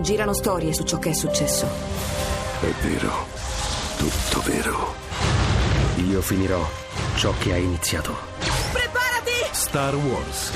Girano storie su ciò che è successo. È vero, tutto vero. Io finirò ciò che ha iniziato. Preparati! Star Wars,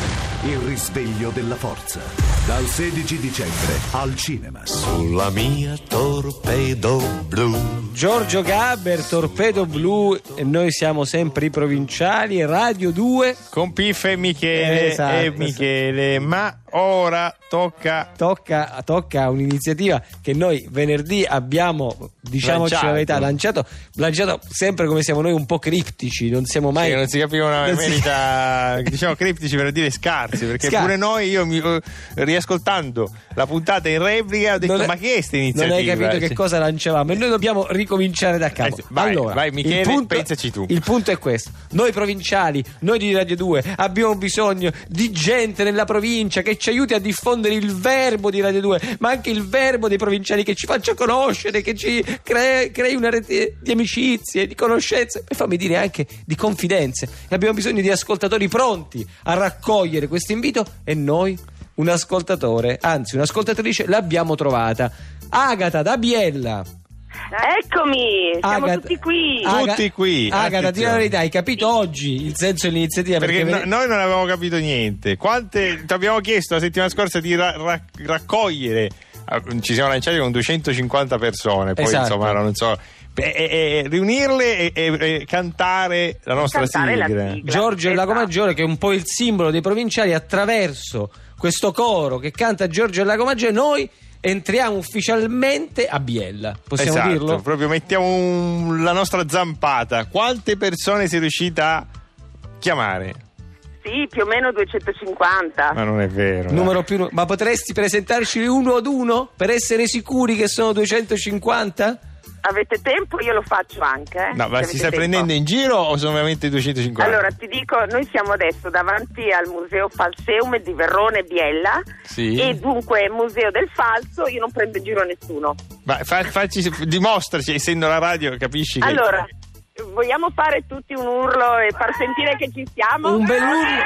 il risveglio della forza. Dal 16 dicembre al cinema. Sulla mia torpedo blu. Giorgio Gabber, Torpedo Blu, e noi siamo sempre i provinciali, Radio 2. Con Piffe e Michele Eh, esatto, e Michele, ma ora tocca Tocca, tocca un'iniziativa che noi venerdì abbiamo, diciamoci Lanciato. la verità, lanciato, lanciato sempre come siamo noi un po' criptici, non siamo mai... che non si capivano non si- merita diciamo criptici per dire scarsi perché Scarsi. pure noi io mi- eh, riascoltando la puntata in replica ho detto Non è- ma che è questa Non iniziativa hai capito che Cioè, cosa lanciavamo e noi dobbiamo ricominciare da capo. Eh, vai, allora, vai, Michele, il punto, pensaci tu. Il punto è questo: noi provinciali, noi di Radio 2, abbiamo bisogno di gente nella provincia che ci aiuti a diffondere il verbo di Radio 2, ma anche il verbo dei provinciali che ci faccia conoscere, che ci cre- crei una rete di amicizie, di conoscenze e fammi dire anche di confidenze. E abbiamo bisogno di ascoltatori pronti a raccogliere questo invito e noi un ascoltatore, anzi un'ascoltatrice, l'abbiamo trovata. Agata da Biella. Eccomi, siamo Agata- tutti qui. Aga- Tutti qui, Agata, di la attenzione. verità, hai capito oggi il senso dell'iniziativa? perché Perché, no- noi non avevamo capito niente quante ti abbiamo chiesto la settimana scorsa di ra- ra- raccogliere Ah, ci siamo lanciati con 250 persone poi Esatto. insomma non so e- e- e riunirle e, e- e cantare la nostra Cantare la sigla sigla. Giorgio e Lago Esatto. Maggiore, che è un po' il simbolo dei provinciali, attraverso questo coro che canta Giorgio e Lago Maggiore, noi entriamo ufficialmente a Biella. Possiamo Esatto, dirlo? Proprio mettiamo un- la nostra zampata. Quante persone sei riuscita a chiamare? Sì, più o meno 250. Ma non è vero. eh. dai. Numero più, ma potresti presentarci uno ad uno per essere sicuri che sono 250? Avete tempo? Io lo faccio anche. eh, No, ma se si stai avete tempo. prendendo in giro o sono veramente 250? Allora, ti dico, noi siamo adesso davanti al Museo Falseume di Verrone e Biella Sì. e dunque Museo del Falso, io non prendo in giro nessuno. Ma fa- facci- dimostraci, essendo la radio, capisci che... Allora, vogliamo fare tutti un urlo e far sentire che ci siamo? Un bel urlo.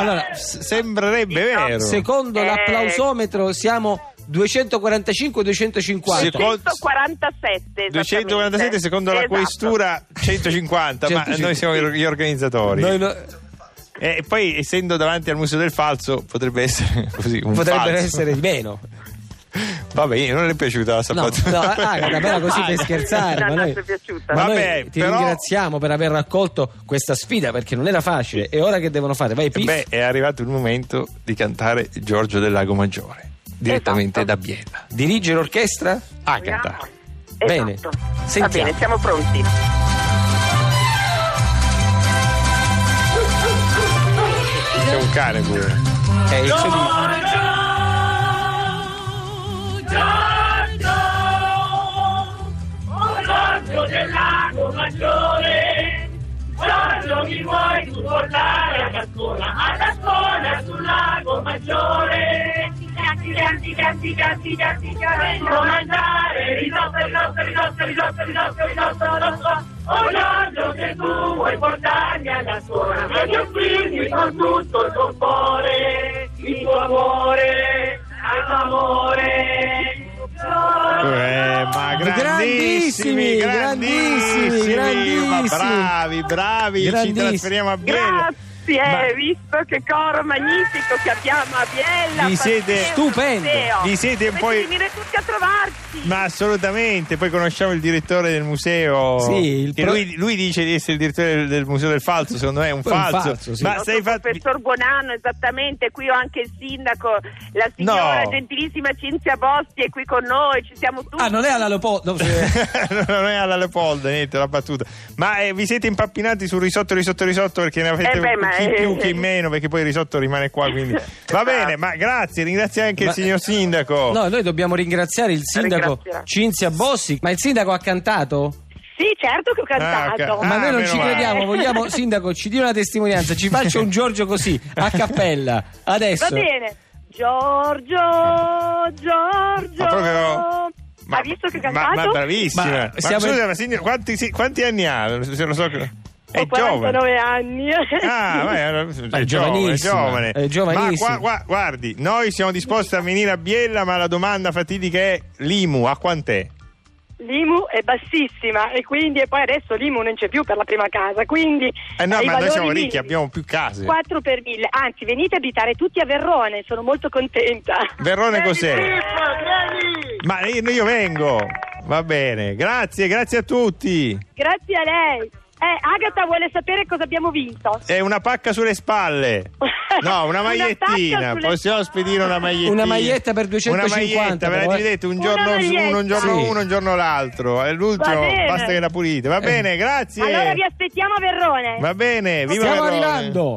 Allora, S- sembrerebbe vero. secondo Eh. l'applausometro siamo 245-250. Secondo- 147 247 esattamente. secondo la Esatto. questura 150, ma 150. noi siamo gli gli organizzatori. Noi no- E poi essendo davanti al Museo del Falso potrebbe essere così un potrebbero falso. essere di meno. Vabbè, non le è piaciuta la No, sabato. no, Agata, però così Dai. per scherzare. Ma No, no, noi, ti è piaciuta. ma noi Vabbè, ti però- ringraziamo per aver raccolto questa sfida perché non era facile. E ora che devono fare? Vai, Pif. Beh, è arrivato il momento di cantare Giorgio del Lago Maggiore, direttamente Esatto. da Biella. dirige l'orchestra? Agata. Bene. Esatto. Va Sentiamo. bene, siamo pronti. C'è un cane pure. Eh, il suo- Giorgio del lago maggiore, Giorgio mi vuoi tu portare a Cascola, a Cascola sul lago maggiore. Canti, canti, canti, canti, canti, canti, non mangiare risotto, risotto, risotto, risotto, risotto, risotto, risotto. Oh Giorgio che tu vuoi portarmi a Cascola, e io quindi con tutto il tuo cuore, il tuo amore, al tuo amore. Giorgio. Eh, ma Grandissimi, grandissimi, grandissimi, grandissimi. ma bravi, bravi, ci Grandissimi. trasferiamo a Biella. Grazie, Ma- visto che coro magnifico che abbiamo a Biella. Vi siete- Falseo, Stupendo. Falseo. Vi siete Dovete poi- venire tutti a trovarci. Ma assolutamente, poi conosciamo il direttore del museo. Sì, il che pro- lui, lui dice di essere il direttore del, del museo del falso, secondo me è un Poi è un falso. falso, sì. Ma Il sei nostro fatto. professor Buonanno, esattamente, qui ho anche il sindaco, la signora No. gentilissima Cinzia Bosti è qui con noi, ci siamo tutti. Ah, non è alla Leopoldo. non è alla Leopolda, niente, la battuta. Ma eh, vi siete impappinati sul risotto, risotto, risotto perché ne avete Eh beh, ma- chi più, eh, chi meno, perché poi il risotto rimane qua. Quindi va bene, ma grazie, ringrazio anche Ma- eh, il signor sindaco. No, noi dobbiamo ringraziare il sindaco Ringrazierà. Cinzia Bossi. Ma il sindaco ha cantato? Sì, certo che ho Ah, cantato. ok. Ma Ah, noi non meno ci male. crediamo, vogliamo, sindaco, ci dia una testimonianza, ci faccia un Giorgio così, a cappella, adesso. Va bene. Giorgio, Giorgio. Ma proprio- ha visto che ho ma, cantato? ma bravissima. Ma Ma siamo- scusa, ma signor- quanti, sì, quanti anni ha? Se lo so che- È Ho 49 giovane. anni. Ah, beh, allora, è giovane, è giovanissima, giovane. è giovanissima. Ma qua- qua- guardi, noi siamo disposti a venire a Biella, ma la domanda fatidica è l'IMU, a quant'è? L'IMU è bassissima e quindi e poi adesso l'IMU non c'è più per la prima casa, quindi Eh no, ai ma noi valori siamo ricchi, minimi. abbiamo più case. 4 per 1000, anzi venite a abitare tutti a Verrone, sono molto contenta. Verrone cos'è? vieni! Ma io, io vengo. Va bene, grazie, grazie a tutti. Grazie a lei. Eh, Agata vuole sapere cosa abbiamo vinto. È una pacca sulle spalle. No, una Una magliettina. pacca sulle- Possiamo spedire una magliettina. Una maglietta per Una 250, maglietta, ve però, la eh. dividete un Una giorno su- uno, un maglietta. giorno Sì. uno, un giorno l'altro. È l'ultimo, Va bene. Eh. basta che la pulite. Va bene, grazie. Allora vi aspettiamo a Verrone. Va bene, viva Stiamo Verone. arrivando.